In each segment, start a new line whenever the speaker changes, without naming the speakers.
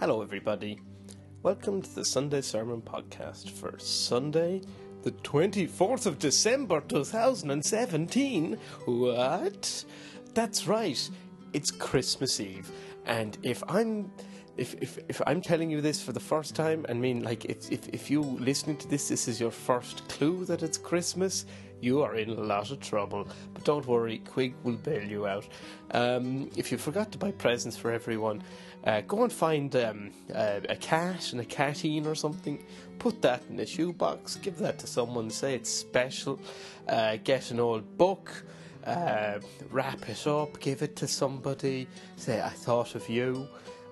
Hello, everybody. Welcome to the Sunday Sermon Podcast for Sunday, the 24th of December 2017. What? That's right. It's Christmas Eve. And if I'm. If, if, if I'm telling you this for the first time, I mean, like, if, if, if you listening to this, this is your first clue that it's Christmas, you are in a lot of trouble. But don't worry, Quig will bail you out. Um, if you forgot to buy presents for everyone, uh, go and find um, a, a cat and a catine or something. Put that in a shoebox, give that to someone, say it's special. Uh, get an old book, uh, wrap it up, give it to somebody, say, I thought of you.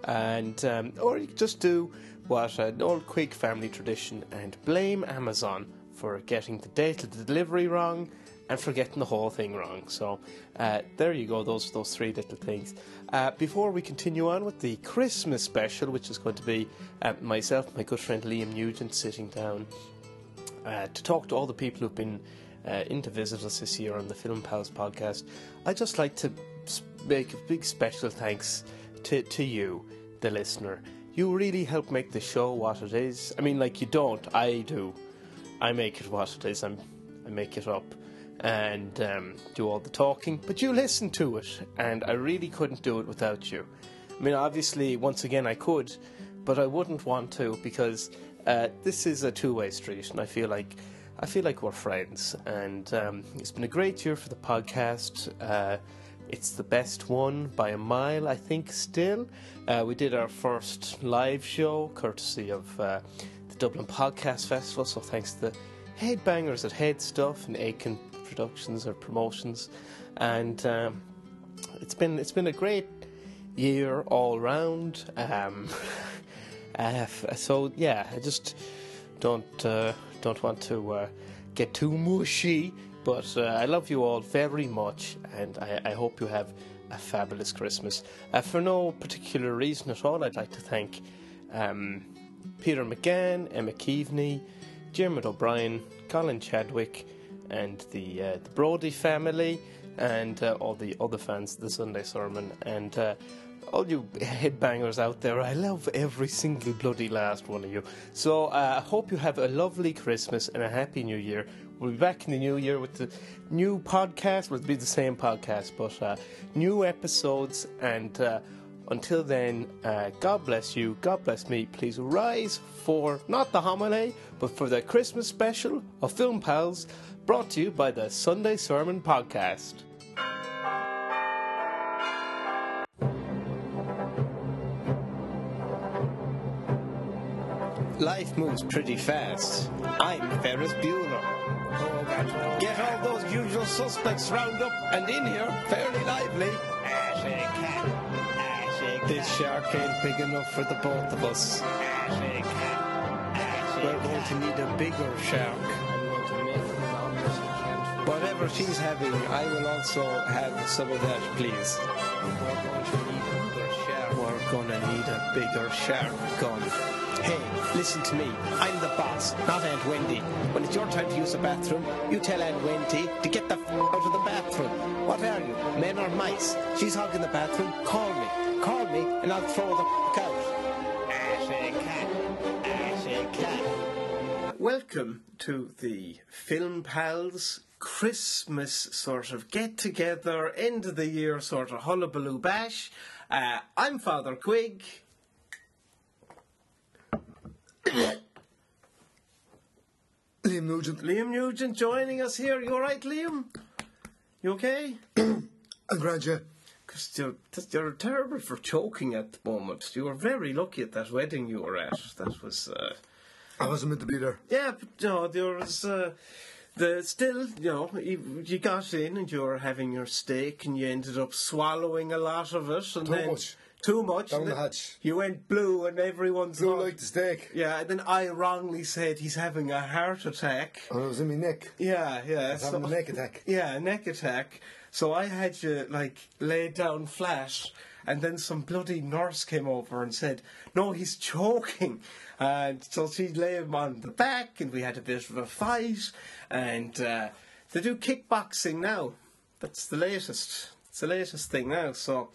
And um, or you just do what an old Quig family tradition and blame Amazon for getting the date of the delivery wrong and for getting the whole thing wrong. So uh, there you go, those those three little things. Uh, before we continue on with the Christmas special, which is going to be uh, myself, my good friend Liam Nugent, sitting down uh, to talk to all the people who've been uh, in to visit us this year on the Film Pals podcast, I'd just like to s- make a big special thanks to, to you, the listener. You really help make the show what it is. I mean, like, you don't, I do. I make it what it is. I'm, I make it up and um, do all the talking, but you listen to it, and I really couldn't do it without you. I mean, obviously, once again, I could, but I wouldn't want to because uh, this is a two-way street, and I feel like I feel like we're friends. And um, it's been a great year for the podcast. Uh, it's the best one by a mile, I think. Still, uh, we did our first live show courtesy of uh, the Dublin Podcast Festival. So thanks to the headbangers at Head Stuff and Aiken Productions or Promotions, and um, it's been it's been a great year all round. Um, uh, f- so yeah, I just don't uh, don't want to uh, get too mushy, but uh, I love you all very much, and I, I hope you have a fabulous Christmas. Uh, for no particular reason at all, I'd like to thank um, Peter McGann, Emma Keaveney, Dermot O'Brien, Colin Chadwick, and the uh, the Brody family, and uh, all the other fans of the Sunday Sermon, and uh, all you headbangers out there. I love every single bloody last one of you. So uh, I hope you have a lovely Christmas and a happy New Year. We'll be back in the new year with the new podcast. Well, it'll be the same podcast, but uh, new episodes. And uh, until then, uh, God bless you. God bless me. Please rise for not the homily, but for the Christmas special of Film Pals, brought to you by the Sunday Sermon Podcast. Life moves pretty fast. I'm Ferris Bueller. Oh, God. Get all those usual suspects round up and in here fairly lively. This shark ain't big enough for the both of us. We're going to need a bigger shark. Whatever she's having, I will also have some of that, please. We're gonna need a bigger shark gun. Hey, listen to me. I'm the boss, not Aunt Wendy. When it's your time to use the bathroom, you tell Aunt Wendy to get the f- out of the bathroom. What are you, men or mice? She's hogging the bathroom. Call me. Call me, and I'll throw the f- out. Welcome to the Film Pals Christmas sort of get together, end of the year sort of hullabaloo bash. Uh, I'm Father Quig. Liam Nugent. Liam Nugent joining us here. You alright, Liam? You okay?
I'm glad you.
Because you're, th- you're terrible for choking at the moment. You were very lucky at that wedding you were at. That was. Uh,
I wasn't meant to be there.
Yeah, but you know, there was uh, the still, you know, you, you got in and you were having your steak and you ended up swallowing a lot of it and
Too
then
much.
too much.
Down
and
the
then
hatch.
You went blue and everyone's
Blue
all-
like the steak.
yeah, and then I wrongly said he's having a heart attack.
And it was in my neck.
Yeah, yeah.
I was having a neck attack.
Yeah, neck attack. So I had you like lay down flat, and then some bloody nurse came over and said, "No, he's choking." And so she lay him on the back, and we had a bit of a fight. And uh, they do kickboxing now. That's the latest. It's the latest thing now. So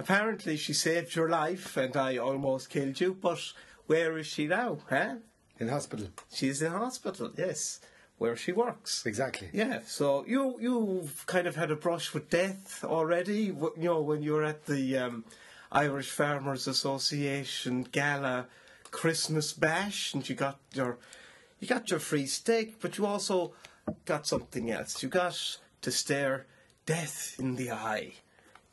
Apparently, she saved your life and I almost killed you, but where is she now, huh?
In hospital.
She's in hospital, yes, where she works.
Exactly.
Yeah, so you you've kind of had a brush with death already. w- You know, when you were at the um, Irish Farmers Association gala Christmas bash, and you got your you got your free steak, but you also got something else. You got to stare death in the eye.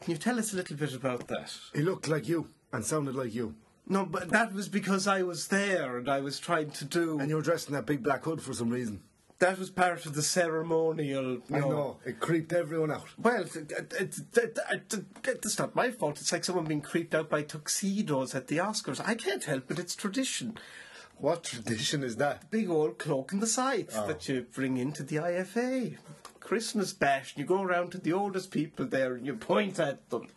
Can you tell us a little bit about that?
He looked like you and sounded like you.
No, but that was because I was there and I was trying to do.
And you were dressed in that big black hood for some reason.
that was part of the ceremonial. You
I know. It creeped everyone out.
Well, it's, it's, it's, it's not my fault. It's like someone being creeped out by tuxedos at the Oscars. I can't help it. It's tradition.
What tradition is that?
Big old cloak in the side
Oh.
that you bring into the IFA. Christmas bash, and you go around to the oldest people there and you point at them.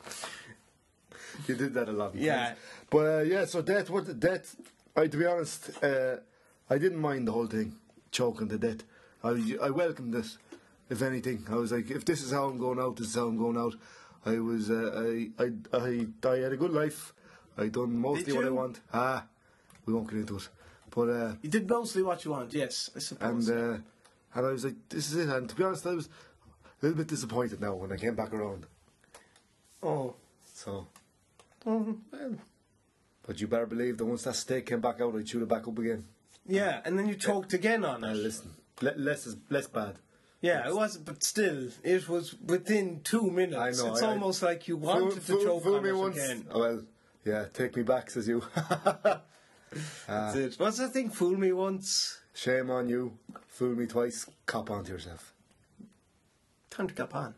You did that a lot. in
Yeah.
France. But uh, yeah, so death. What death? I to be honest, uh, I didn't mind the whole thing, choking to death. I I welcomed this. If anything, I was like, if this is how I'm going out, this is how I'm going out. I was uh, I, I I I had a good life. I done mostly
Did
what I
you?
want. Ah, we won't get into it. But uh,
You did mostly what you want, yes, I
and
suppose.
uh, and I was like, this is it. And to be honest, I was a little bit disappointed now when I came back around.
oh,
So,
Mm, well,
but you better believe that once that steak came back out, I chewed it back up again.
yeah, and then you talked again on
Now
it.
listen, le- less is less bad.
Yeah, it wasn't, but still, it was within two minutes.
I know,
It's
I- I-
almost like you wanted
Fool-
to
fool-
choke
fool
on
me
it
once.
again.
Oh, well, yeah, take me back, says you. Ah,
That's it. What's that thing? Fool me once.
Shame on you. Fool me twice. Cop on to yourself.
Time to cap on.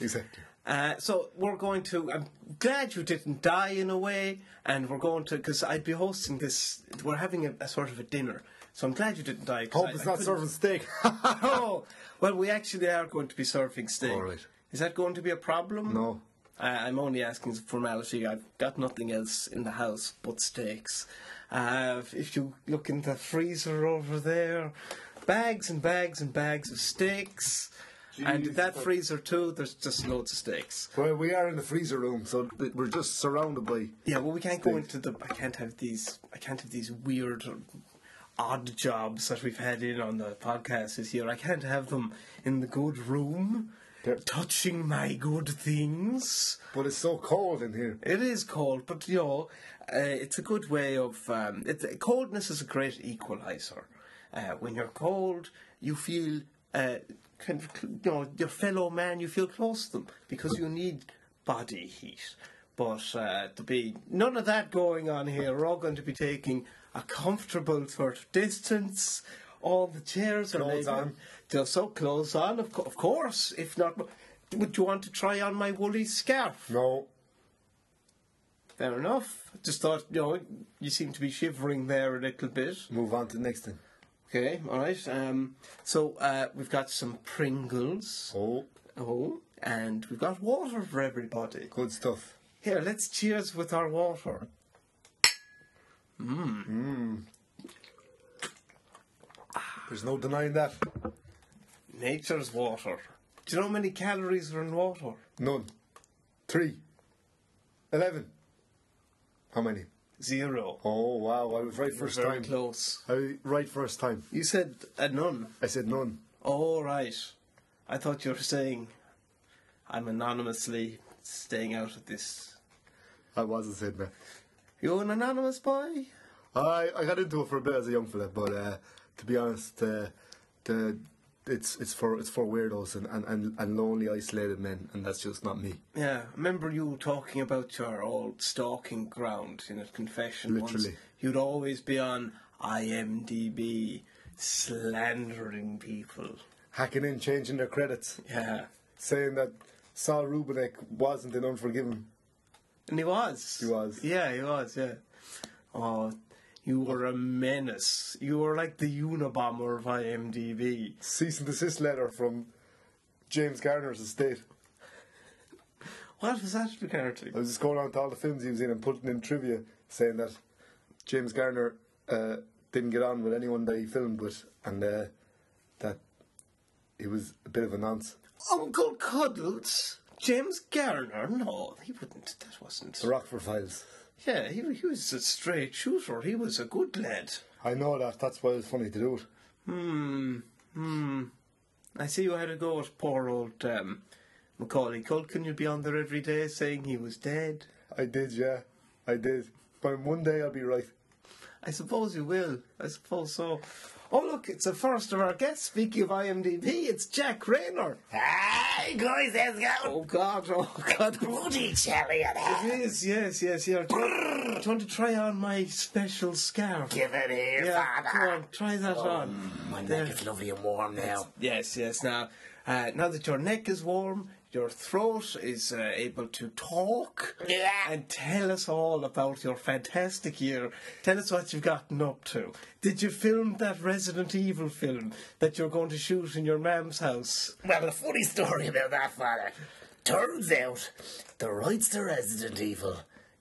Exactly.
Uh, so we're going to. I'm glad you didn't die in a way, and we're going to because I'd be hosting this. We're having a, a sort of a dinner, so I'm glad you didn't die. 'cause
Hope
I-
it's
I
not
couldn't-
serving steak.
oh, well, we actually are going to be serving steak.
All right.
Is that going to be a problem?
No.
I, I'm only asking as a formality. I've got nothing else in the house but steaks. Uh, if you look in the freezer over there, bags and bags and bags of steaks. and in that freezer too, there's just loads of steaks.
well, we are in the freezer room, so th- we're just surrounded by.
Yeah, well, we can't go into the. I can't have these. I can't have these weird, or odd jobs that we've had in on the podcast this year. I can't have them in the good room,
They're-
touching my good things.
But it's so cold in here.
It is cold, but you know, uh, it's a good way of. Um, it's coldness is a great equalizer. Uh, when you're cold, you feel uh, kind of cl- you know your fellow man. You feel close to them because you need body heat. But uh, to be none of that going on here. We're all going to be taking a comfortable sort of distance. All the chairs are
Clothes
laid out.
on.
They're so clothes on, of, co- of course. If not, would you want to try on my woolly scarf?
No.
Fair enough. Just thought, you know, you seem to be shivering there a little bit.
Move on to the next thing.
Okay, all right. Um, so uh, we've got some Pringles.
Oh,
Oh, and we've got water for everybody.
good stuff.
Here, let's cheers with our water.
There's no denying that.
Nature's water. Do you know how many calories are in water?
None. Three. Eleven. How many?
Zero.
Oh wow! I was right first
Very
time.
close.
I was right first time.
You said a none.
I said none.
All right. I thought you were saying I'm anonymously staying out of this.
I wasn't saying that.
You're an anonymous boy?
I I got into it for a bit as a young fella, but uh, to be honest, uh, the it's it's for it's for weirdos and, and, and, and lonely, isolated men, and that's just not me.
Yeah, I remember you talking about your old stalking ground in a confession once.
Literally.
You'd always be on IMDb slandering people.
Hacking in, changing their credits,
Yeah.
saying that Saul Rubinek wasn't in Unforgiven.
And he was.
He was.
Yeah, he was, yeah. Oh, you were a menace. You were like the Unabomber of IMDb.
Cease and desist letter from James Garner's estate.
What was that apparently?
I was just going on to all the films he was in and putting in trivia, saying that James Garner uh, didn't get on with anyone that he filmed with, and uh, that he was a bit of a nonce.
Uncle Cuddles? James Garner? No, he wouldn't. That wasn't.
The Rockford Files.
Yeah, he, he was a straight shooter. He was a good lad.
I know that. That's why it's funny to do it.
Hmm. Hmm. I see you had a go at poor old um, Macaulay Culkin. You'd be on there every day saying he was dead.
I did, yeah. I did. But one day I'll be right.
I suppose you will. I suppose so. Oh, look, it's the first of our guests. Speaking of IMDb, it's Jack Rayner.
Hey, guys, how's it going?
Oh, God, oh, God.
Bloody jelly in here.
Yes, yes, yes, yeah. Do you want to try on my special scarf?
Give it here,
Yeah, go
father.
on, try that on.
Oh, My
There.
neck is lovely and warm now.
Yes, yes. Now, uh, now that your neck is warm, your throat is uh, able to talk.
Yeah.
And tell us all about your fantastic year. Tell us what you've gotten up to. Did you film that Resident Evil film that you're going to shoot in your mam's house?
Well, the funny story about that, father. Turns out the rights to Resident Evil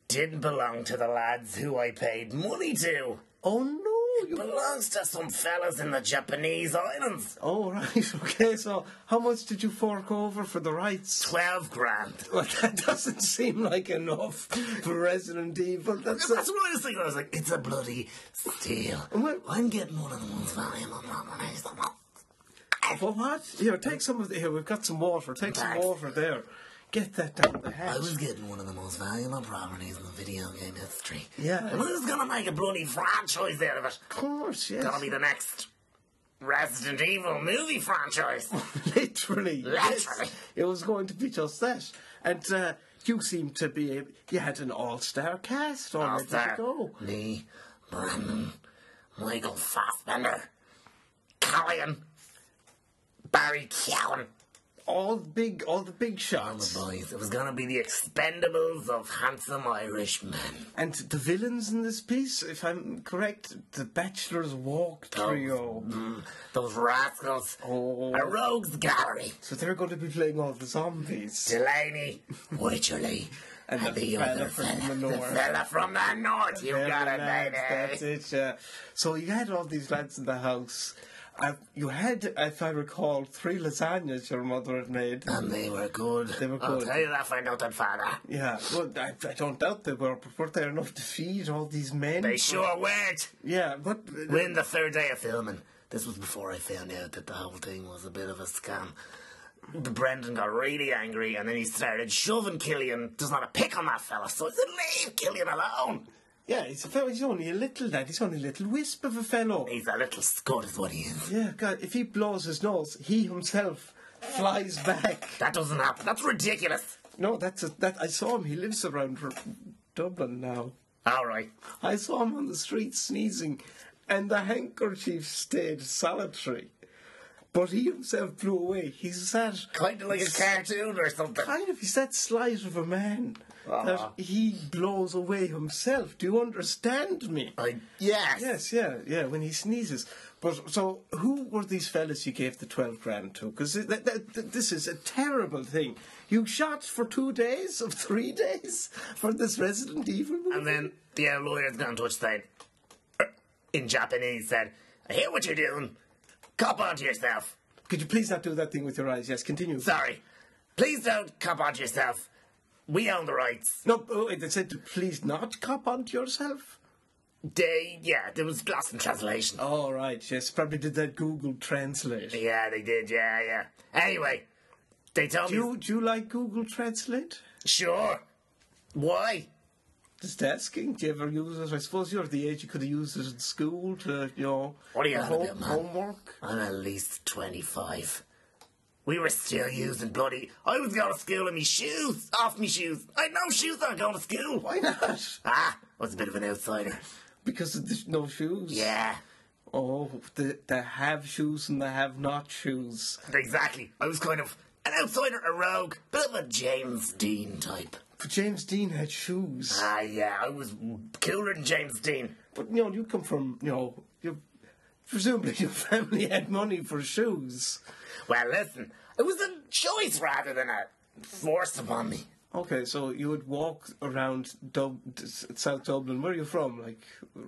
didn't belong to the lads who I paid money to.
Oh no! You...
Belongs to some fellas in the Japanese islands.
Oh right, okay. So, how much did you fork over for the rights?
Twelve grand.
Well, that doesn't seem like enough for Resident Evil. That's a...
That's what I was thinking. I was like, it's a bloody steal.
What?
I'm getting one of the ones volume on my
Well, what? Here, take some of the. Here, we've got some water. Take some
Right.
water there. Get that down the hatch.
I was getting one of the most valuable properties in the video game history.
Yeah.
And I was gonna make a bloody franchise out of it.
Of course, yes.
Gonna be the next Resident Evil movie franchise.
Literally. yes.
Literally.
It was going to be just that. And uh, you seem to be. a- You had an all star cast on it. Did you
After
go?
me, Brandon, Michael Fassbender, Colin, Barry Cowan.
All the big, all the big
All the
shots.
boys. It was gonna be the expendables of handsome Irish men.
And the villains in this piece, if I'm correct, the Bachelor's Walk trio.
Mm, those rascals.
Oh.
A rogues gallery.
So they're going to be playing all the zombies.
Delaney, Wycherley, and,
the
the,
fella
other
from
fella.
the north.
The fella from the north. You got
Very
it,
nice,
baby.
That's it, yeah. So you had all these lads in the house. Uh, you had, if I recall, three lasagnas your mother had made.
And they were good.
They were
I'll
good.
tell you that for nothing, father.
Yeah, well, I, I don't doubt they were, but were there enough to feed all these men?
They sure weren't.
Yeah, but
When the third day of filming, this was before I found out that the whole thing was a bit of a scam. Brendan got really angry and then he started shoving Killian. There's not a pick on that fella, so I said, Leave Killian alone.
yeah, he's, a fellow, he's only a little lad. He's only a little wisp of a fellow.
He's a little scud, is what he is.
Yeah, God, if he blows his nose, he himself flies back.
That doesn't happen. That's ridiculous.
No, that's a, that. I saw him. He lives around R- Dublin now.
All right.
I saw him on the street sneezing, and the handkerchief stayed solitary. But he himself blew away. He's that
Kind of like a cartoon or something.
kind of he's that slight of a man
Uh-huh.
that he blows away himself. Do you understand me?
I, yes.
Yes, yeah, yeah. When he sneezes. But so, who were these fellas you gave the twelve grand to? Because that, that, that- this is a terrible thing. You shot for two days of three days for this Resident Evil movie.
And then the yeah, lawyer's gone to saying, uh, in Japanese, said, I hear what you're doing. Cop onto yourself.
Could you please not do that thing with your eyes? Yes, continue.
Sorry. Please don't cop onto yourself. We own the rights.
No, oh, wait, they said to please not cop onto yourself.
They, yeah, there was lost in translation.
All right, yes, probably did that Google Translate.
Yeah, they did, yeah, yeah. Anyway, they told
Do
me,
you, do you like Google Translate?
sure. Why?
Just asking. Do you ever use it? I suppose you're the age you could have used it in school to, you know,
What are you
for
on about,
home-
man?
homework.
I'm at least 25. We were still using bloody. I was going to school in me shoes, off me shoes. I had no shoes on going to school.
Why not?
Ah, I was a bit of an outsider.
Because of the no shoes.
Yeah,
Oh, the the have shoes and the have not shoes.
exactly. I was kind of an outsider, a rogue, bit of a James Dean type.
But James Dean had shoes.
Ah, yeah, I was cooler than James Dean.
But you know, you come from you know, you presumably your family had money for shoes.
Well, listen, it was a choice rather than a force upon me.
Okay, so you would walk around Dub- d- s- South Dublin. Where are you from? Like,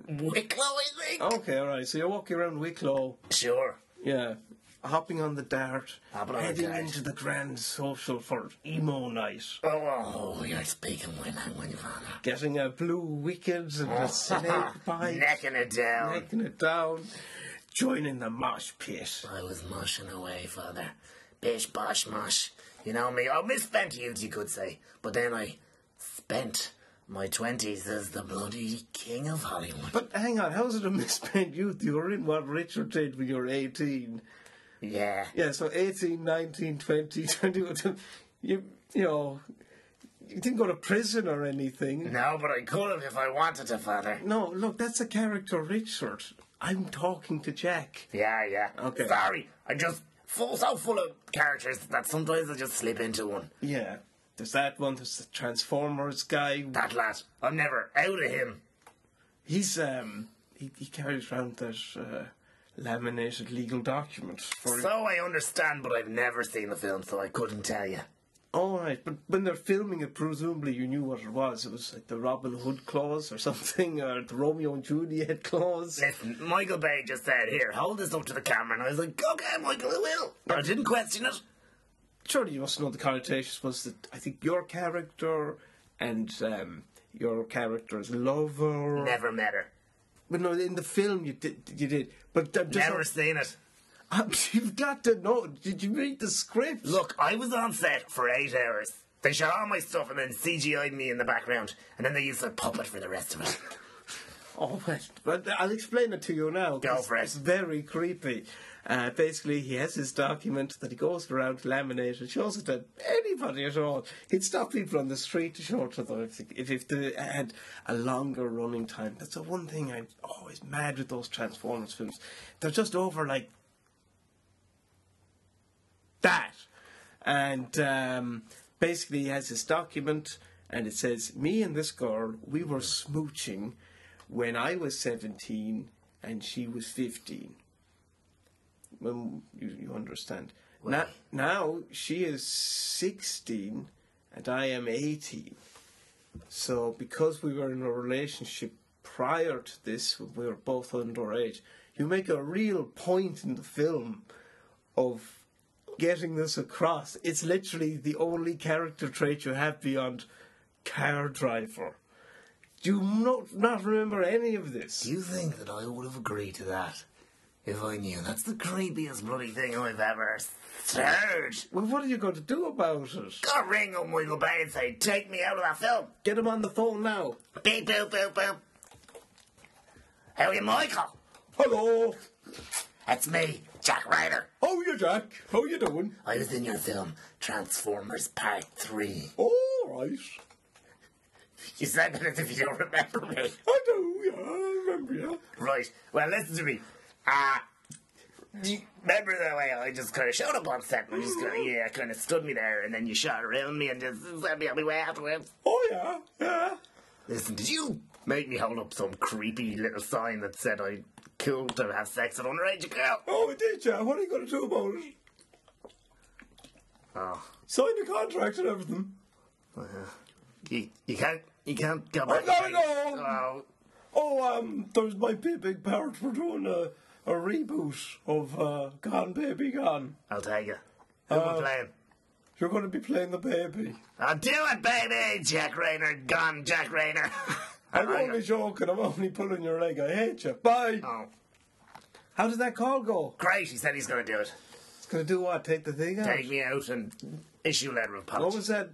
Wicklow, I think.
Oh. okay, all right. So you're walking around Wicklow.
Sure.
Yeah. hopping on the dart,
Hopping on the
heading
dart.
into the grand social for emo night,
Oh, you're speaking my language, Vanna.
getting a blue wicked and a snake bite,
Necking it down.
knocking it down, joining the mosh pit.
I was moshing away, father. Bish bosh mosh. You know me, Oh, I misspent youth, you could say. But then I spent my twenties as the bloody king of Hollywood.
But hang on, how's it a misspent youth? You were in what Richard did when you were 18.
Yeah.
Yeah, so 18, 19, 20, 21. You, you know, you didn't go to prison or anything.
No, but I could have if I wanted to, father.
No, look, that's a character, Richard. I'm talking to Jack.
Yeah, yeah.
Okay.
Sorry, I just full so full of characters that sometimes I just slip into one.
Yeah. There's that one, there's the Transformers guy.
That lad, I'm never out of him.
He's, um, he, he carries around that uh, laminated legal document for
So I understand, but I've never seen the film, so I couldn't tell you.
All right, but when they're filming it, presumably you knew what it was. It was like the Robin Hood clause or something, or the Romeo and Juliet clause.
Listen, Michael Bay just said, "Here, hold this up to the camera," and I was like, "Okay, Michael, I will." I didn't question it.
Surely you must know the connotations was that I think your character and um, your character's lover.
Never met her.
But no, in the film you did, you did. But I'm just
Never seen it.
you've got to know. Did you read the script?
Look, I was on set for eight hours. They shot all my stuff and then CGI'd me in the background, and then they used a puppet for the rest of it.
Oh, right. but I'll explain it to you now.
Go
'cause
for it.
It's very creepy. Uh, basically, he has his document that he goes around laminated, shows it to anybody at all. He'd stop people on the street to show it to them if, if, if they had a longer running time. That's the one thing I'm always mad with those Transformers films. They're just over like that. And um, basically, he has this document, and it says, Me and this girl, we were smooching when I was 17 and she was 15. Well, you, you understand. Now, now she is 16 and I am 18. So, because we were in a relationship prior to this, we were both underage, you make a real point in the film of getting this across. It's literally the only character trait you have beyond car driver. Do you not, not remember any of
Do
this?
you think that I would have agreed to that if I knew? That's the creepiest bloody thing I've ever heard.
Well, what are you going to do about it?
Go ring on Michael Bay and say, "Take me out of that film."
Get him on the phone now.
Beep, boop, boop, boop. How are you, Michael?
Hello.
It's me, Jack Ryder.
How you, Jack? How you doing?
I was in your film, Transformers Part 3.
All right.
You said that as if you don't remember me.
I do, yeah, I remember you.
Right, well, listen to me. Ah, do you remember the way I just kind of showed up on set and just kind of, yeah, kind of stood me there and then you shot around me and just sent me on my way afterwards?
Oh, yeah, yeah.
Listen, did you make me hold up some creepy little sign that said I could to have sex with an underage girl?
Oh, did you? What are you going to do about it?
Oh,
Sign the contract and everything.
you, you can't, you can't go back.
not at all.
Oh,
Oh, um, there's my big parents were doing a, a reboot of uh, Gone Baby Gone.
I'll take it. Who am I playing?
You're going to be playing the baby.
I'll do it, baby! Jack Rayner, gone, Jack Rayner.
I'm only joking. I'm only pulling your leg. I hate you. Bye.
oh,
How did that call go?
great, he said he's gonna do it.
It's going to do what? Take the thing out?
Take me out and issue letter of
What
apology.
was that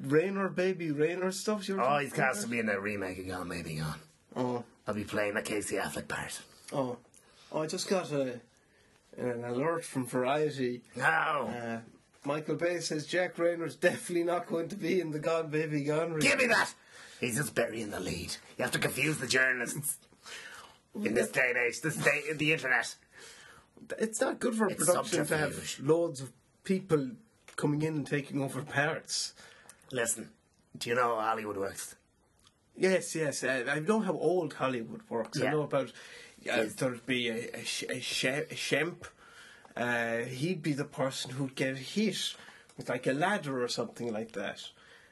Rainer baby Rainer stuff you were
Oh, he's casting me in a remake of Gone Baby Gone.
Oh,
I'll be playing the Casey Affleck part.
oh, oh, I just got a, an alert from Variety.
No!
Uh, Michael Bay says Jack Rayner's definitely not going to be in the Gone Baby Gone remake.
Give me that! He's just burying the lead. You have to confuse the journalists. In this day and age, this day in the internet.
It's not good for a
It's
production to have
subterfuge.
uh, Uh,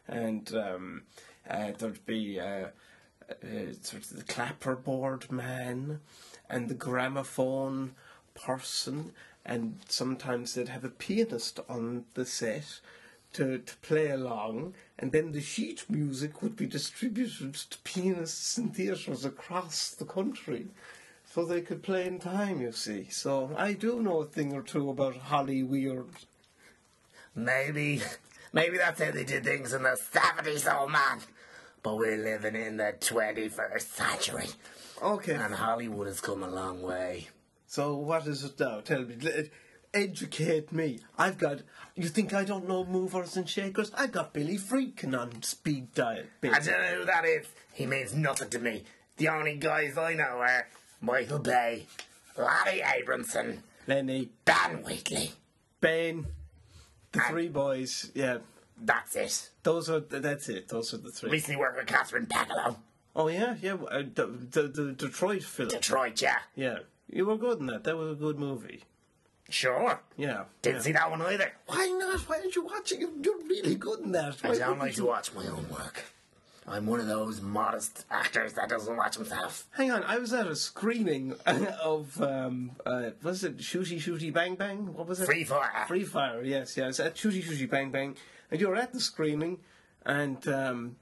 um, uh, and sometimes they'd have a pianist on the set to, to play along, and then the sheet music would be distributed to pianists in theatres across the country. So they could play in time, you see. So I do know a thing or two about Holly Weird.
Maybe, maybe that's how they did things in the 70s, old man. But we're living in the 21st century,
Okay.
and Hollywood has come a long way.
So what is it now? Tell me. Let- Educate me. I've got. You think I don't know movers and shakers? I've got Billy Freakin on speed dial. Billy.
I don't know who that is. He means nothing to me. The only guys I know are Michael Bay, Larry Abramson,
Lenny,
Dan Wheatley.
Ben, the three boys. Yeah,
That's it.
those are. That's it. Those are the three.
Recently worked with Catherine Pagelow.
Oh yeah, yeah. Uh, the, the, the Detroit film.
Detroit, yeah.
Yeah, you were good in that. That was a good movie.
Sure.
Yeah.
Didn't
yeah.
see that one either.
Why not? Why aren't you watching it? You're really good in that. Why
I don't
wouldn't
like to
you-
watch my own work. I'm one of those modest actors that doesn't watch himself.
Hang on, I was at a screening of um, uh, was it Shooty Shooty Bang Bang? What was it?
Free fire.
Free Fire. Yes, yeah. I was at Shooty Shooty Bang Bang, and you were at the screening, and um,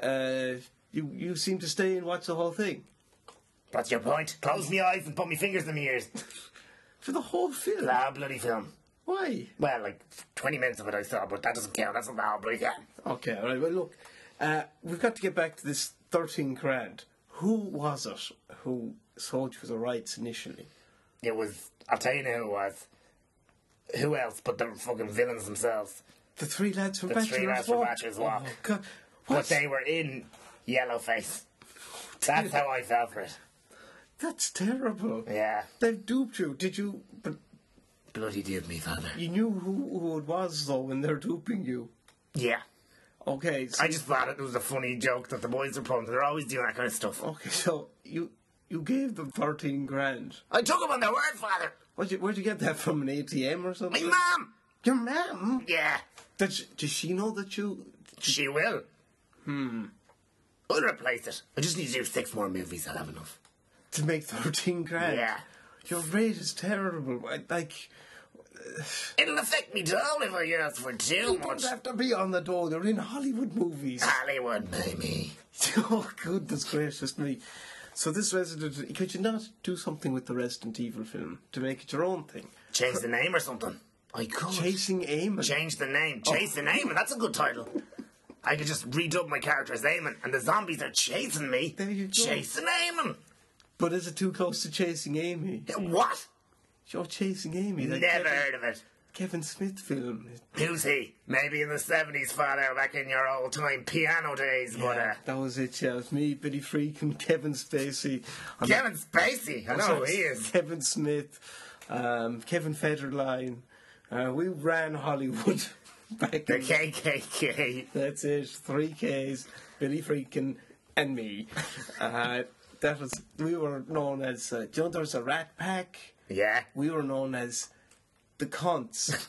uh, you you seemed to stay and watch the whole thing
That's your point. Close my eyes and put my fingers in my ears.
for the whole film.
That bloody film.
Why?
Well, like 20 minutes of it I saw, but that doesn't count. That's not the whole bloody film.
Okay, all right. Well, look, uh, we've got to get back to this thirteen grand. Who was it who sold you the rights initially?
It was. I'll tell you now who it was. Who else but the fucking villains themselves?
The three lads from
The
Bachelor's
three lads from
Walk.
Bachelor's Walk.
Oh God!
But
What's
they were in Yellowface. That's how I felt for it.
That's terrible.
Yeah.
They've duped you. Did you? But
Bloody did me, father.
you knew who, who it was though when they're duping you.
Yeah.
Okay. So,
I just thought it was a funny joke that the boys are pulling. They're always doing that kind of stuff.
okay. So you you gave them thirteen grand.
I took them on their word, father.
Where'd you, where'd you get that from? An ATM or
My
something?
mom.
Your mom?
Yeah.
Does she, does she know that you?
She will. Hmm. I'll replace it. I just need to do six more movies. I'll have enough.
to make 13 grand.
Yeah.
Your rate is terrible. I- Like,
It'll affect me down if I ask for too
you
much.
have to be on the door. They're in Hollywood movies.
Hollywood, baby.
oh, goodness gracious me. So this Resident... Could you not do something with the Resident Evil film to make it your own thing?
Change the name or something. I could.
Chasing Amon.
Change the name.
Oh.
Chase the name, and that's a good title. I could just redub my character as Eamon, and the zombies are chasing me.
There you go.
Chasing Eamon.
but is it too close to Chasing Amy?
What?
You're Chasing Amy. That
Never
Kevin,
heard of it.
Kevin Smith film.
Who's he? Maybe in the 70s, father, back in your old time piano days, but uh,
That was it, yeah. It was me, Billy Freak, and Kevin Spacey. I'm
Kevin Spacey. I know who he is.
Kevin Smith, um, Kevin Federline. Uh, we ran Hollywood back
The
in.
KKK.
That's it. Three Ks, Billy Freakin and me. Uh, that was we were known as. Uh, do you know there was a Rat Pack?
Yeah.
We were known as the cons.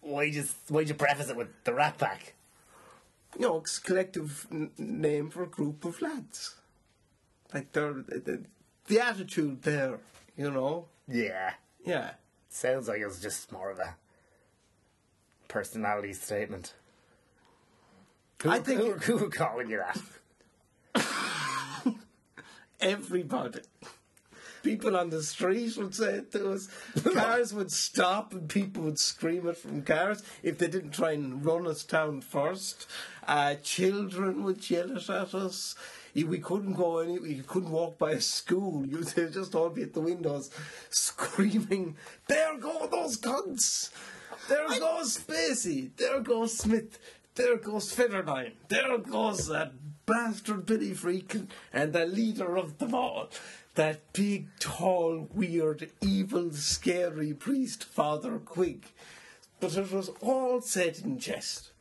Why just why'd you preface it with the Rat Pack?
you know, it's collective n- name for a group of lads. Like they're, the, the attitude there, you know.
Yeah.
Yeah.
Sounds like it was just more of a personality statement. Who,
I think-
who, who were calling you that?
everybody. People on the street would say it to us. Cars would stop and people would scream it from cars if they didn't try and run us down first. Uh, children would yell it at us. You- We couldn't go any. You couldn't walk by a school. You they'd just all be at the windows, screaming, "There go those cunts! There goes Spacey! There goes Smith! There goes Federline! There goes that bastard Billy Freakin and the leader of them all. That big, tall, weird, evil, scary priest, Father Quig. But it was all said in jest.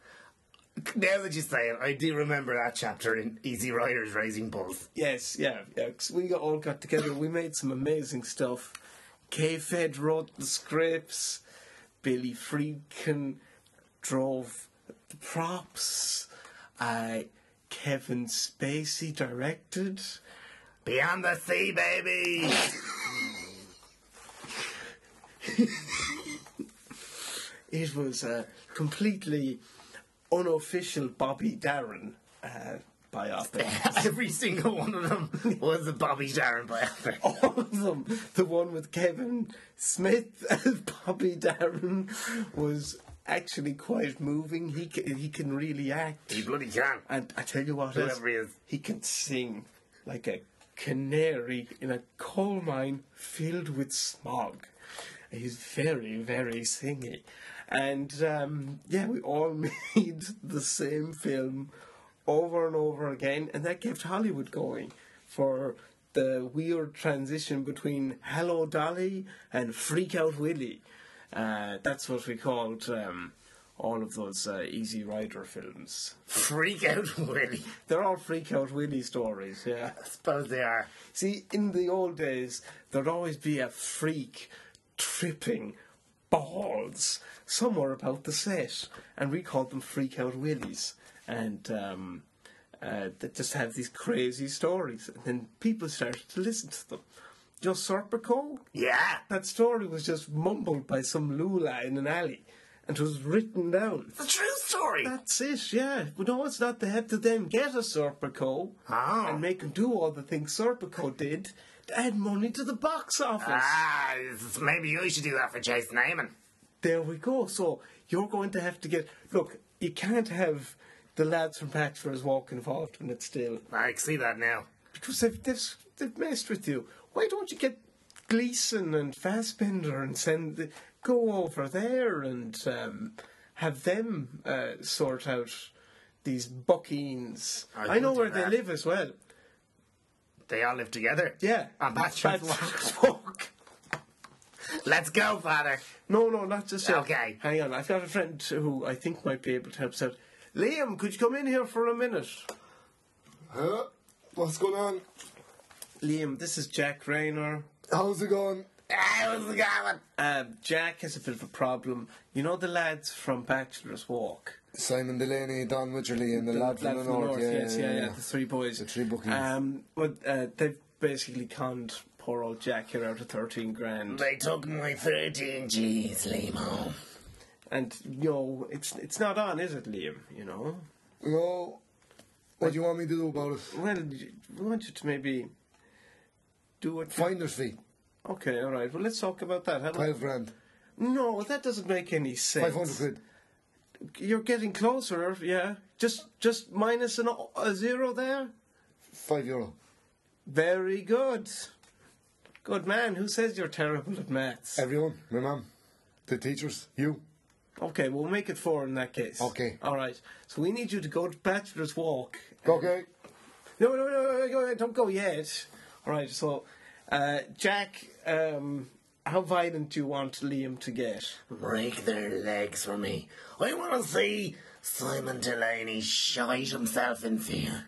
Now that you say it, I do remember that chapter in Easy Riders Raising Bulls.
Yes, yeah, yeah. 'cause we got- all got together. We made some amazing stuff. K Fed wrote the scripts. Billy Freakin drove the props. I Kevin Spacey directed.
Beyond the Sea, baby!
it was a completely unofficial Bobby Darren uh, biopic.
Every single one of them was a Bobby Darren biopic.
All of them. The one with Kevin Smith as Bobby Darren was actually quite moving. He can, he can really act.
You bloody can.
And I tell you what,
Whoever
else,
he is.
he can sing like a canary in a coal mine filled with smog. He's very, very singy. And um, yeah, we all made the same film over and over again, and that kept Hollywood going for the weird transition between Hello Dolly and Freak Out Willie. Uh, that's what we called um, all of those uh, Easy Rider films.
Freak out, Willie.
They're all freak out Willy stories, yeah.
I suppose they are.
See, in the old days, there'd always be a freak tripping balls somewhere about the set, and we called them freak out Willies. And um, uh, they just have these crazy stories, and then people started to listen to them. Just Serpico,
Yeah.
that story was just mumbled by some lula in an alley, and it was written down.
The true story.
That's it, yeah. But no, it's not the head to them. Get a Serpico
Oh.
and make him do all the things Serpico did to add money to the box office.
Ah, it's- maybe you should do that for Jason Naaman.
There we go. So you're going to have to get. Look, you can't have the lads from Patchwork's Walk involved in it still
I can see that now.
because they've, they've, they've messed with you. Why don't you get Gleason and Fassbender and send the, go over there and um, have them uh, sort out these buckeens?
I
I, know
can do
where
that.
they live as well.
They all live together. Ah,
Yeah,
On Patrick
Patrick's Walk.
Let's go, Father.
No, no, not just yet.
Okay.
Hang on, I've got a friend who I think might be able to help us out. Liam, could you come in here for a minute?
Huh? What's going on?
Liam, this is Jack Rayner.
How's it going?
I was going.
Um, Jack has a bit of a problem. You know the lads from Bachelor's Walk?
Simon Delaney, Don Witcherly, and the, lad from the, north.
yes, yeah, yeah, the three boys.
The three bookies.
Um, well, uh, they've basically conned poor old Jack here out of 13 grand.
They took my 13 G's, Limo.
And, you know, it's, it's not on, is it, Liam? You know?
No. What do you want me to do about it?
Well, y- we want you to maybe do it.
Finder's fee,
Okay, all right. Well, let's talk about that. How about-
twelve grand,
No, that doesn't make any sense.
five hundred quid.
You're getting closer. Yeah, just just minus an, o- a zero there.
Five euro.
Very good. Good man. Who says you're terrible at maths?
Everyone, my mum, the teachers, you.
Okay, we'll make it four in that case.
Okay.
All right. So we need you to go to Bachelor's Walk.
Okay.
No, no, no, no, no, no don't go yet. All right. So, uh, Jack, um, how violent do you want Liam to get?
Break their legs for me. I want to see Simon Delaney shite himself in fear.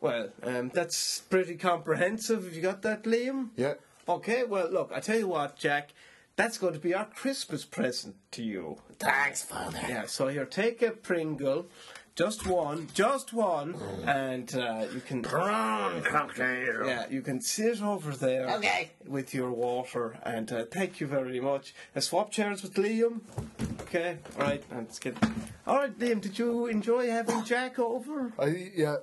Well, um, that's pretty comprehensive. Have you got that, Liam?
Yeah.
Okay, well, look, I tell you what, Jack, that's going to be our Christmas present to you.
Thanks, Father.
Yeah, so here, take a Pringle, just one, just one,
Oh.
and uh, you can.
Prawn cocktail.
Yeah, you can sit over there
Okay.
with your water, and uh, thank you very much. Uh, swap chairs with Liam. Okay, all right, let's get. All right, Liam, did you enjoy having Jack over?
I yeah.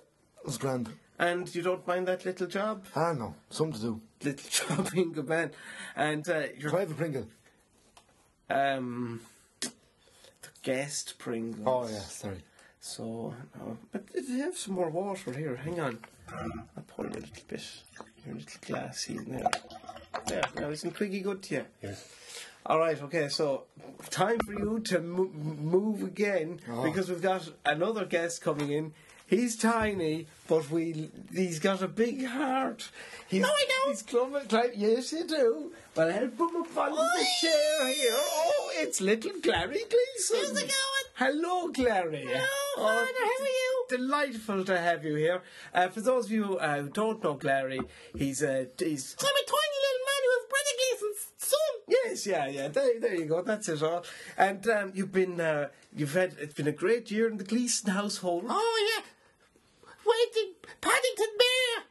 It was grand.
And you don't mind that little job?
Ah no, something to do.
little job in good man. And uh, your
Private Pringle.
um, the guest Pringles.
Oh yeah, sorry.
So, no. but did you have some more water here? Hang on. I'll pour you a little bit. Your little glass here and there. There, now isn't Twiggy good to you? Yes. All right, okay, so time for you to mo- move again because we've got another guest coming in. He's tiny, but we he's got a big heart. He's, no, I don't. He's clumsy. Cl- yes, you do. But help him up onto the chair here. Oh, it's little Clary Gleason. How's it going? Hello, Clary. Hello, Father. how are you? Oh, Delightful to have you here. Uh, for those of you uh, who don't know Clary, he's uh, he's
I'm a tiny little man who has Brother Gleason's son.
Yes, yeah, yeah. There, there you go. That's it all. And um, you've been, uh, you've had. It's been a great year in the Gleason household.
Oh, yeah. Wait, the Paddington Bear.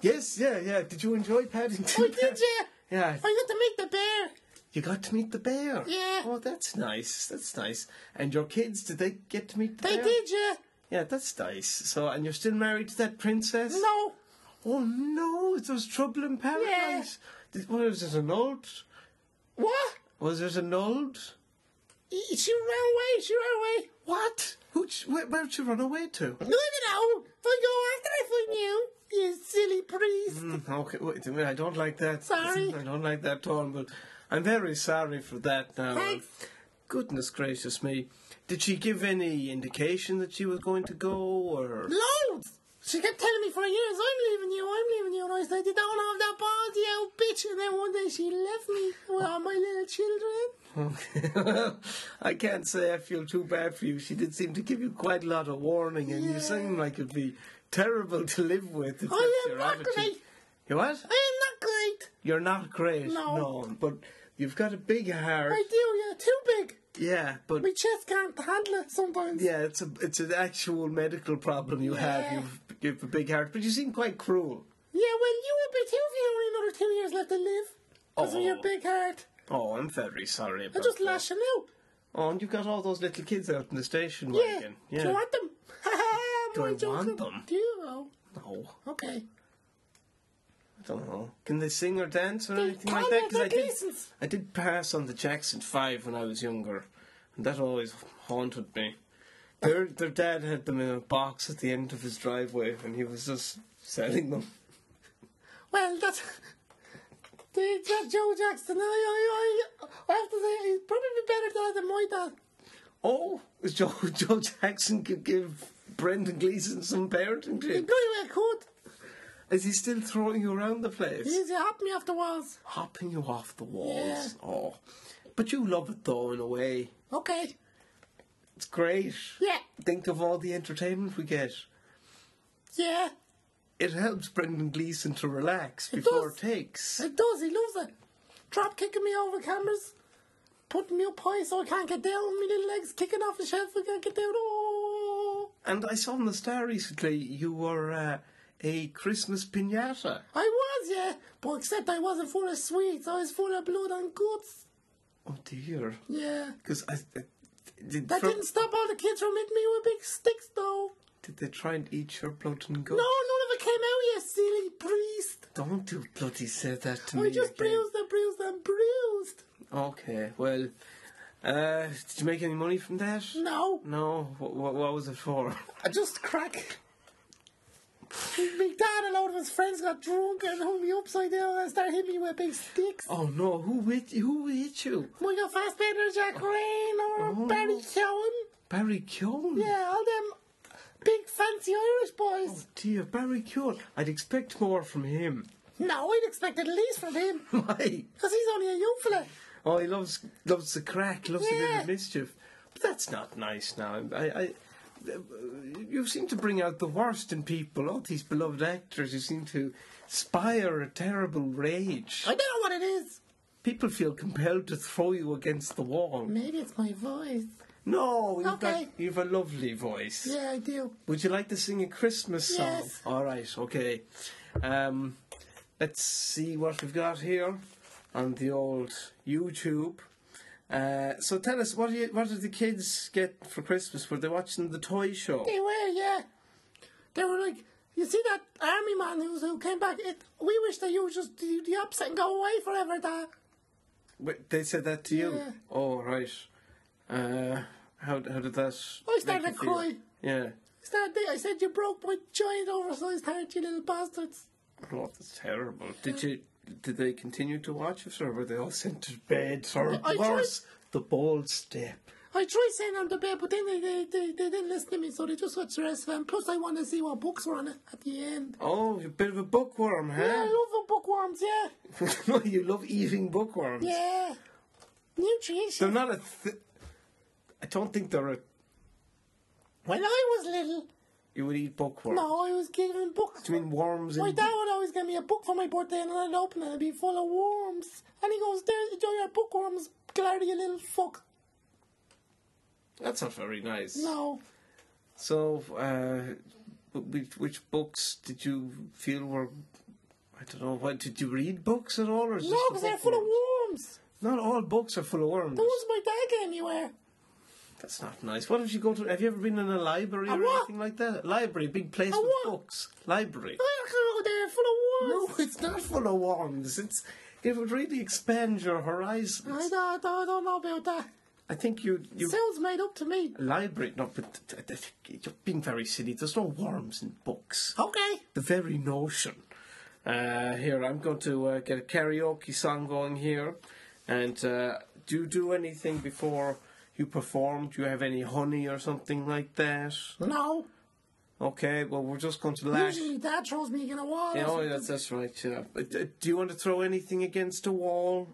Yes, yeah, yeah. Did you enjoy Paddington?
Oh, did you?
Yeah.
I got to meet the bear.
You got to meet the bear.
Yeah.
Oh, that's nice. That's nice. And your kids, did they get to meet the
They
bear?
did, yeah.
Yeah, that's nice. So, and you're still married to that princess?
No.
Oh no, there was trouble in paradise. Did, what, was it an old?
What?
Was it an old?
E- She ran away. She ran away.
What? Who? Where, where'd you run away to?
No, no, no. Don't go after I fucking you. You silly priest.
Mm, okay, wait a minute. I don't like that.
Sorry.
I don't like that at all. But I'm very sorry for that. Now,
Thanks.
goodness gracious me, did she give any indication that she was going to go or?
Loads. She kept telling me for years, I'm leaving you, I'm leaving you. And I said, you don't have that balls, you old bitch. And then one day she left me with all my little
Okay.
children.
well, I can't say I feel too bad for you. She did seem to give you quite a lot of warning, and you
Yeah.
seem like it'd be terrible to live with. If
I
that's
am
your
not
attitude.
great.
You what?
I am not great.
You're not great.
No.
but you've got a big heart.
I do, yeah, too big.
Yeah, but
My chest can't handle it sometimes.
yeah, it's a it's an actual medical problem you have.
Yeah.
You've you have a big heart, but you seem quite cruel.
Yeah, well, you would be too if you only another two years left to live. Because
Oh.
of your big heart.
Oh, I'm very sorry
I'm
about
just
that.
lashing out.
Oh, and you've got all those little kids out in the station
Yeah.
wagon.
Do you want them?
Do I
My joker.
want them? Uh,
Do you? Oh,
No,
okay.
I don't know. Can they sing or dance or anything like
kind
that?
of,
'Cause I
they're
did,
decent.
I did pass on the Jackson Five when I was younger, and that always haunted me. Their their dad had them in a box at the end of his driveway, and he was just selling them.
Well, that's. The, that Joe Jackson, I, I, I, I have to say, he's probably better dad than my dad.
Oh, Joe, Joe Jackson could give Brendan Gleeson some parenting
He
tip.
bloody well could.
Is he still throwing you around the place?
He's hopped me off the walls.
Hopping you off the walls. Oh, but you love it though, in a way.
Okay.
It's great.
Yeah.
Think of all the entertainment we get.
Yeah.
It helps Brendan Gleeson to relax before
does.
takes.
It does, he loves it. Drop kicking me over cameras, putting me up high so I can't get down, my little legs kicking off the shelf, I can't get down. Oh.
And I saw on the star recently you were uh, a Christmas pinata.
I was, yeah, but except I wasn't full of sweets, I was full of blood and guts.
Oh dear.
Yeah.
Because I. I did,
That
from-
didn't stop all the kids from hitting me with big sticks, though.
did they try and eat your blood and go?
No, none of it came out, you silly priest.
Don't you bloody say that to me.
I just
again.
bruised and bruised and bruised.
Okay, well, uh, did you make any money from that?
No,
No. What, what, what was it for?
I just crack. My dad and a lot of his friends got drunk and hung me upside down and started hitting me with big sticks.
Oh no! Who hit? Who hit you?
We got Fassbender, Jack Rain, or
Oh.
Barry Cowan.
Barry Keoghan.
Yeah, all them big fancy Irish boys.
Dear Barry Keoghan. I'd expect more from him.
No, I'd expect at least from him,
Why?
because he's only a young fella.
Oh, he loves loves the crack. Loves a bit
Yeah.
of mischief. But that's not nice. Now, I. I you seem to bring out the worst in people. All these beloved actors, you seem to spire a terrible rage.
I don't know what it is.
People feel compelled to throw you against the wall.
Maybe it's my voice.
No, you've
Okay.
got you've a lovely voice.
Yeah, I do.
Would you like to sing a Christmas song?
Yes.
All right, okay. Um, let's see what we've got here on the old YouTube. Uh, so tell us, what do you, what did the kids get for Christmas? Were they watching the toy show?
They were, yeah. They were like, you see that army man who, who came back? It, we wish that you would just do the opposite and go away forever, Dad.
Wait, they said that to you.
Yeah.
Oh right. Uh, how how did that?
I started
make you
to
feel?
cry.
Yeah.
It's that day I said you broke my giant oversized heart, you little bastards.
Oh, that's terrible. Did you? Did they continue to watch it, or were they all sent to bed? Or
I tried-
worse, the bold step.
I tried saying on the bed, but then they, they, they, they didn't listen to me, so they just watched the rest of it. And plus, I wanted to see what books were on it at the end.
Oh, you're a bit of a bookworm,
Yeah,
huh?
I love the bookworms, yeah.
you love eating bookworms.
Yeah. Nutrition.
They're not a. Th- I don't think they're a.
When I was little,
You would eat bookworms.
no, I was given books.
Do you mean worms?
My
in-
dad would always get me a book for my birthday and I'd open it and it'd be full of worms. And he goes, There's enjoy your bookworms, Glardy, you little fuck.
That's not very nice.
No.
So, uh, which, which books did you feel were? I don't know. What did you read books at all, or is
No,
this the
because they're full of
bookworms?
worms.
Not all books are full of worms.
Who's my bag anywhere?
That's not nice. What if you go to? Have you ever been in a library or
what?
anything like that? Library, big place with
what?
books. Library.
I can't go there full of
No,
worms.
it's not full of worms. It's it would really expand your horizons.
I don't, I don't know about that.
I think you you
Sounds made up to me.
library. No, but th- th- th- you're being very silly. There's no worms in books.
Okay.
The very notion. Uh, here, I'm going to uh, get a karaoke song going here. And uh, do you do anything before you perform? Do you have any honey or something like that?
No.
Okay, well, we're just going to lash.
Usually dad throws me in a wall. or
Yeah, oh,
something.
that's, that's right, yeah. Uh, d- Do you want to throw anything against a wall?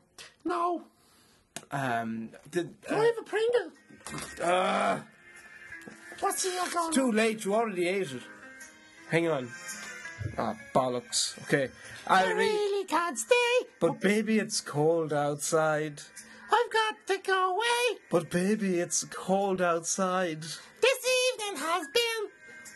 No.
Um, the,
Do I
uh,
have a Pringle?
ah,
What's the alcohol?
too late, you already ate it. Hang on. Ah, bollocks. Okay.
I
Irene,
really can't stay.
but baby, it's cold outside.
I've got to go away.
But baby, it's cold outside.
This evening has been.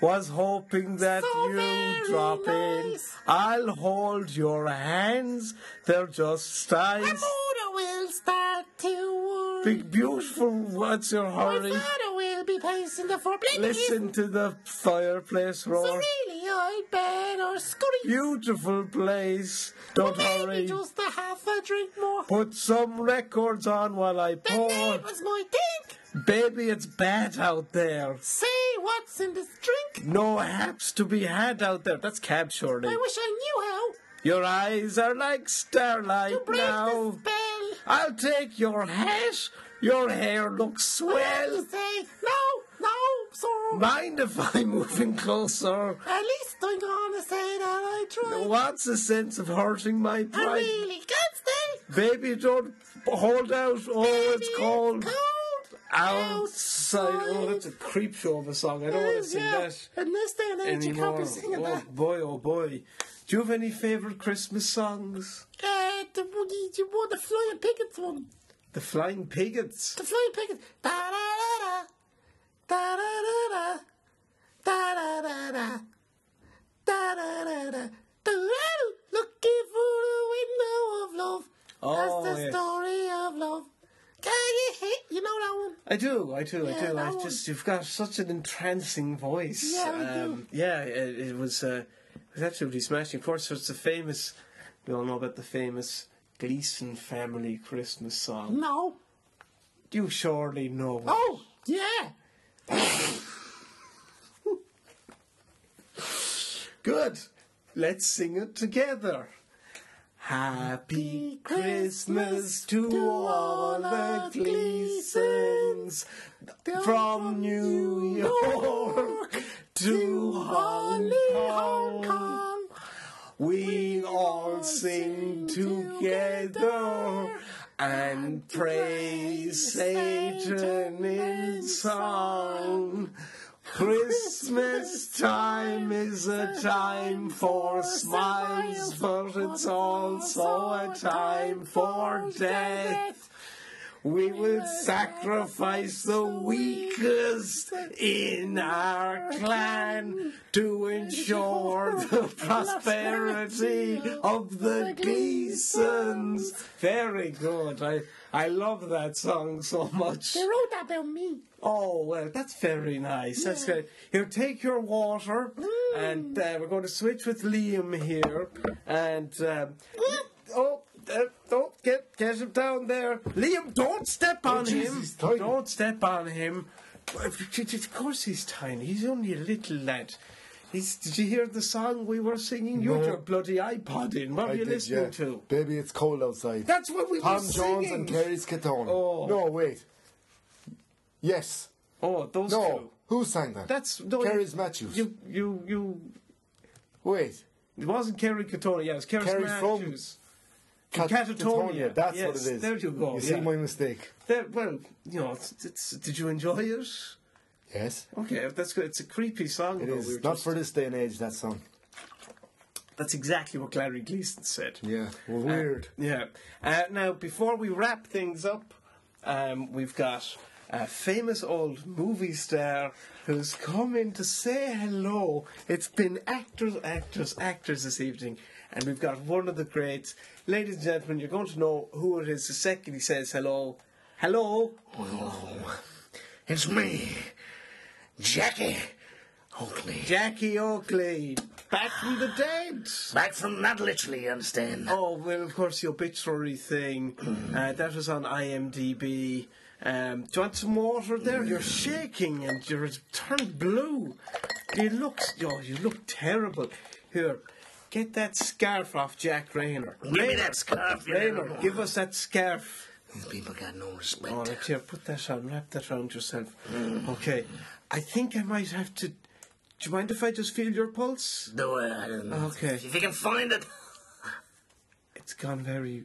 Was hoping that
So
you
very
drop in.
nice.
I'll hold your hands. They're just
The
styles.
motor will start to work.
Big beautiful. What's your
My
hurry?
father will be pacing the floor. Blink,
Listen to the fireplace
So
roar.
really, I'd better scurry.
Beautiful place. Don't
Maybe
hurry.
just a half a drink more.
Put some records on while I
The
pour.
neighbours might think.
Baby, it's bad out there.
Say what's in this drink.
No haps to be had out there. That's cab surely.
I wish I knew how.
Your eyes are like starlight
You break
now.
the spell.
I'll take your hat. Your hair looks swell.
You say no, no, sir.
Mind if I'm moving closer?
At least I'm gonna say that I tried.
What's the sense of hurting my
I
pride?
really can't stay.
Baby, don't hold out. Oh, it's cold.
Cold.
Outside. Oh, that's a creep show of a song. I don't want to sing
yeah.
that.
In this day and age, you can't
anymore.
be singing
Oh
that.
boy, oh boy. Do you have any favourite Christmas songs?
Uh, the, you, you want the flying pickets one.
The Flying Pigots.
The flying pickets. Da da da da. Da da da da. Da da da da. Da da da da. Da-da-da. Looking for the window of love.
Oh,
That's the
yeah.
story of love. Can you hit? You know that one?
I do, I do, I
Yeah,
do.
that
I
one.
just you've got such an entrancing voice. Um,
Yeah, I do.
Yeah, it, it was uh, it was absolutely smashing. Of course, it's a famous. We all know about the famous Gleason family Christmas song.
No.
You surely know. it.
Oh, yeah.
Good. Let's sing it together. Happy Christmas to all the Gleasons from New York to Hong Kong. We all sing together and praise Satan in song. Christmas time is a time for smiles, but it's also a time for death. We will sacrifice the weakest in our clan to ensure the prosperity of the Gleasons. Very good. I, I love that song so much.
They wrote that about me.
Oh, well, that's very nice. That's good. Here, take your water. And
Mm.
uh, we're going to switch with Liam here. And, uh,
Mm.
oh, uh, don't get, get him down there. Liam, don't step on
jeez,
him.
Oh, he's tiny.
Don't step on him. Of course he's tiny. He's only a little lad. He's, did you hear the song we were singing? You had
No.
your bloody iPod in. What
I
were you
did,
listening
yeah.
to?
Baby, it's cold outside.
That's what we were
Tom
singing.
Jones and Kerry Skatone.
Oh.
No, wait. Yes.
Oh, those two.
No. Who sang that?
That's no,
Kerry's Matthews.
You, you, you.
Wait.
It wasn't Kerry Katona. Yeah, it was Kerry
Kerry from
Matthews.
Cat-
Catatonia.
That's
Yes,
what it is.
there you go,
You
yeah.
see my mistake.
There- well, you know, it's, it's, did you enjoy it?
Yes.
Okay, that's good. It's a creepy song.
It
though.
is.
We were
Not
just-
for this day and age, that song.
That's exactly what Clary Gleason said.
Yeah. Well, weird.
Yeah. Uh, now, before we wrap things up, um, we've got a famous old movie star who's come in to say hello. It's been actors, actors, actors this evening. and we've got one of the greats. Ladies and gentlemen, you're going to know who it is the second he says hello. Hello?
Oh, it's me, Jackie Oakley.
Jackie Oakley, back from the dead.
Back from that, literally, you understand?
Oh, well, of course, the obituary thing.
Mm-hmm.
uh, that was on IMDb. Um, do you want some water there? You're shaking and you're turned blue. You look, oh, you look terrible. Here, get that scarf off Jack Rayner.
Give me that scarf, you
Rayner,
know.
give Oh, us that scarf.
These people got no respect.
All right, here, put that on. Wrap that round yourself.
Mm-hmm.
Okay. I think I might have to. Do you mind if I just feel your pulse?
Do it. I don't know.
Okay.
If you can find it.
It's gone very.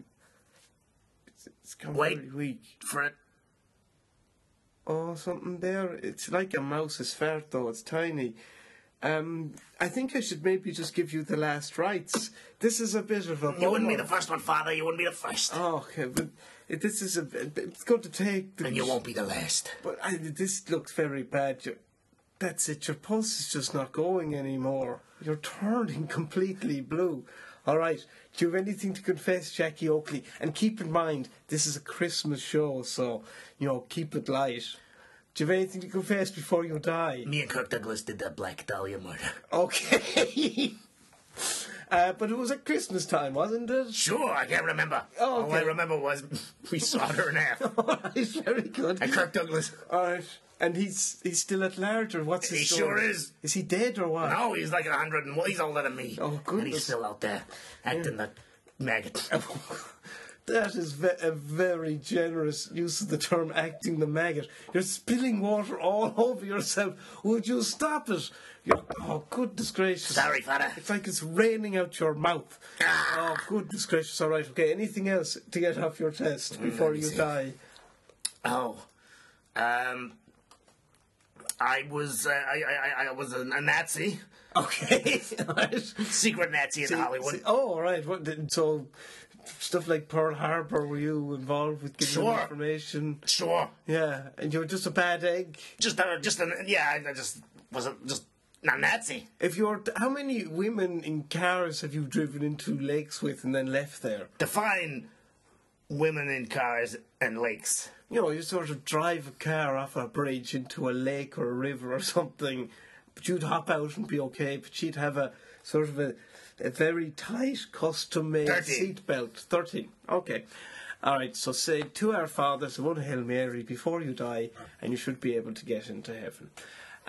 It's, it's gone
Wait.
very weak.
For it.
Oh, something there. It's like a mouse's fart, though. It's tiny. Um, I think I should maybe just give you the last rites. This is a bit of a.
You wouldn't be
bummer.
the first one, Father. You wouldn't be the first.
Oh, okay, but it, this is a. It's going to take. The,
And you won't be the last.
But I, this looks very bad. Your- that's it. Your pulse is just not going anymore. You're turning completely blue. All right. Do you have anything to confess, Jackie Oakley? And keep in mind, this is a Christmas show, so you know, keep it light. Do you have anything to confess before you die?
Me and Kirk Douglas did that Black Dahlia murder.
Okay. uh, but it was at Christmas time, wasn't it?
Sure, I can't remember.
Oh,
All I
okay.
remember was we sawed her in half.
All right. Very good.
And Kirk Douglas.
All right. And he's he's still at large, or what's his
He
story?
sure is.
Is he dead or what?
No, Oh, he's like a hundred and one. He's older than me.
Oh,
And
goodness.
he's still out there acting the maggot.
That is ve- a very generous use of the term acting the maggot. You're spilling water all over yourself. Would you stop it? You're, oh, goodness gracious.
Sorry, Father.
It's like it's raining out your mouth.
Ah.
Oh, goodness gracious. All right, okay. Anything else to get off your chest before
Mm, me
you
see.
die?
Oh, um, I was uh, I, I I- I was a, a Nazi,
Okay, all right.
secret Nazi in Hollywood.
See- oh, all right. What, did- so, stuff like Pearl Harbor, were you involved with giving them
Sure.
information?
Sure,
Yeah, and you were just a bad egg?
just uh, just an, yeah, I- I just wasn't just not Nazi.
If you're, how many women in cars have you driven into lakes with and then left there?
Define women in cars and lakes.
You know, you sort of drive a car off a bridge into a lake or a river or something, but you'd hop out and be okay. But she'd have a sort of a, a very tight, custom-made
Thirteen.
seatbelt. Thirteen. Okay. All right. So say two Our Fathers, one Hail Mary before you die, and you should be able to get into heaven.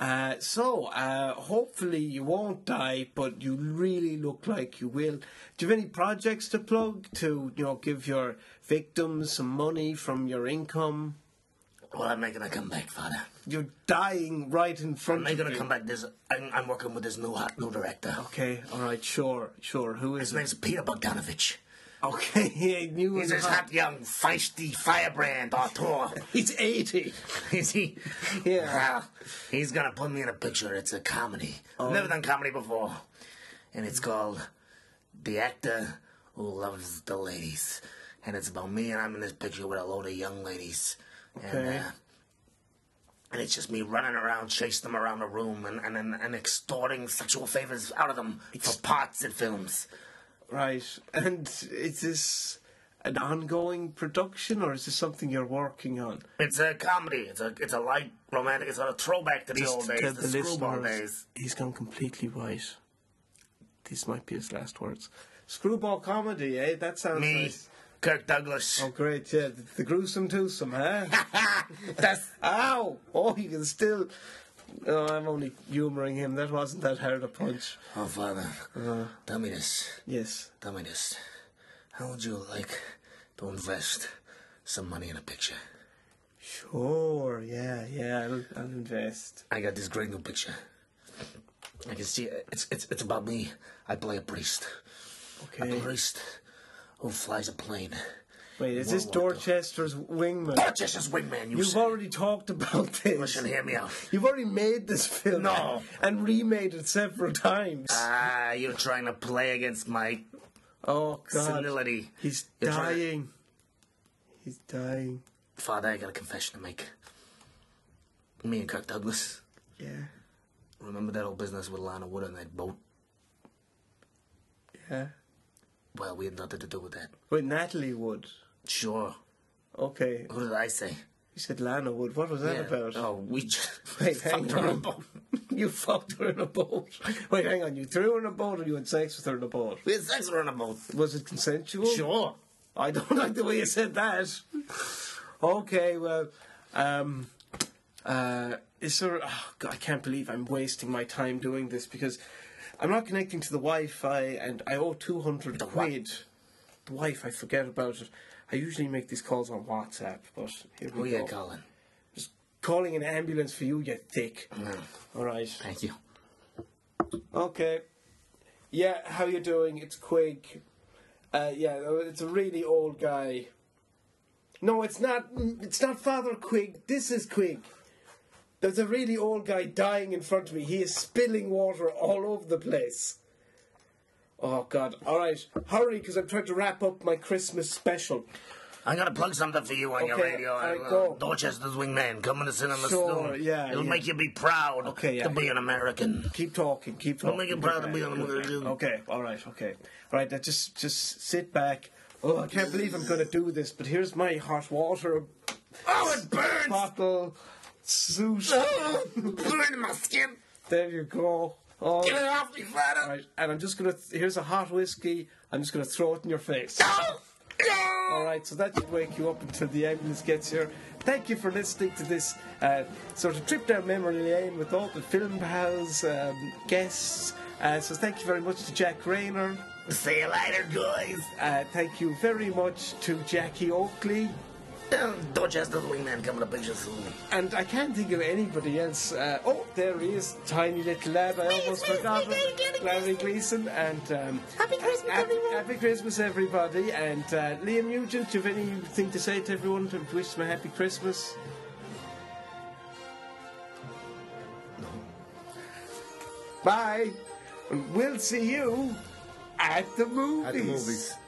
Uh, so, uh, hopefully you won't die, but you really look like you will. Do you have any projects to plug to, you know, give your victims some money from your income?
Well, I'm making a comeback, Father.
You're dying right in
I'm
front
making
of
a
you.
comeback. This I'm, I'm working with this new uh, new director.
Okay, all right, sure, sure. Who is
His
it?
name's Peter Bogdanovich.
Okay, I knew
He's
it.
this hot, young, feisty firebrand auteur.
He's eighty.
Is he?
Yeah.
Well, he's gonna put me in a picture. It's a comedy. I've never done comedy before, and it's called "The Actor Who Loves the Ladies," and it's about me and I'm in this picture with a load of young ladies, and
Okay.
uh, and it's just me running around, chasing them around the room, and and and, and extorting sexual favors out of them for parts in films.
Right, and is this an ongoing production, or is this something you're working on?
It's a comedy. It's a it's a light romantic. It's a throwback to the
Just
old
to tell
days, the, screwball
listeners,
days.
He's gone completely white. These might be his last words. Screwball comedy, eh? That sounds
Me,
nice.
Kirk Douglas.
Oh, great, yeah. The, the gruesome twosome, huh?
That's
Ow! Oh, you can still. Oh, I'm only humouring him. That wasn't that hard a punch.
Oh, Father,
Uh-huh.
tell me this.
Yes.
Tell me this. How would you like to invest some money in a picture?
Sure, yeah, yeah, I'll, I'll invest.
I got this great new picture. I can see it's it's it's about me. I play a priest, a
Okay.
priest who flies a plane.
Wait, is this Dorchester's wingman?
Dorchester's wingman. You
You've
said.
already talked about this.
Listen, hear me out.
You've already made this film.
No.
And remade it several times.
Ah, you're trying to play against my
oh, God.
senility.
He's
You're trying to-
dying. He's dying.
Father, I got a confession to make. Me and Kirk Douglas.
Yeah,
Remember that old business with Lana Wood on that boat?
yeah.
Well, we had nothing to do with that.
But Natalie would.
Sure.
Okay.
Who did I say?
You said Lana would. What was that
Yeah.
about?
Oh, we just
Wait, hang
fucked her
on.
up.
you fucked her in a boat. Wait, hang on. You threw her in a boat or you had sex with her in a boat?
We had sex with her on a boat.
Was it consensual?
Sure.
I don't like the way you said that. Okay, well, um, uh, is there? Oh God, I can't believe I'm wasting my time doing this because I'm not connecting to the Wi-Fi, and I owe two hundred quid. The Wi-Fi, forget about it. I usually make these calls on WhatsApp, but here
Oh
we
yeah,
go.
Colin.
Just calling an ambulance for you, you dick. All right.
Mm. Thank you.
Okay. Yeah, how you doing? It's Quig. Uh, yeah, oh, it's a really old guy. No, it's not. mm, It's not Father Quig. This is Quig. There's a really old guy dying in front of me. He is spilling water all over the place. Oh God! All right, hurry, because I'm trying to wrap up my Christmas special.
I'm gonna plug something for you on your
Okay,
radio.
alright,
Uh,
go.
Dorchester's Wingman coming to cinema
Sure,
soon.
yeah,
It'll
yeah.
make you be proud
Okay, yeah,
to be an American.
Keep talking. Keep talking.
make him proud to be on the American.
Okay. All right. Okay. All right. Now just just sit back. Oh, I can't believe I'm going to do this, but here's my hot water
Oh, it burns!
bottle suit.
Oh, burn my skin!
there you go. All
Get it off me, father!
right. And I'm just going to. Here's a hot whiskey. I'm just going to throw it in your face.
Oh! Oh!
All right, so that should wake you up until the ambulance gets here. Thank you for listening to this uh, sort of trip down memory lane with all the film pals, um, guests. Uh, so thank you very much to Jack Rayner.
See you later, guys.
Uh, thank you very much to Jackie Oakley.
Uh, Dorchester's Wingman coming to picture soon.
And I can't think of anybody else. Uh, oh, there he is, tiny little lad. I almost
please,
forgot
please,
him.
please,
Larry Gleason and um,
Happy Christmas,
happy,
everyone.
happy Christmas, everybody. And uh, Liam Nugent, do you have anything to say to everyone to wish them a happy Christmas? Bye. And We'll see you at the movies.
At the movies.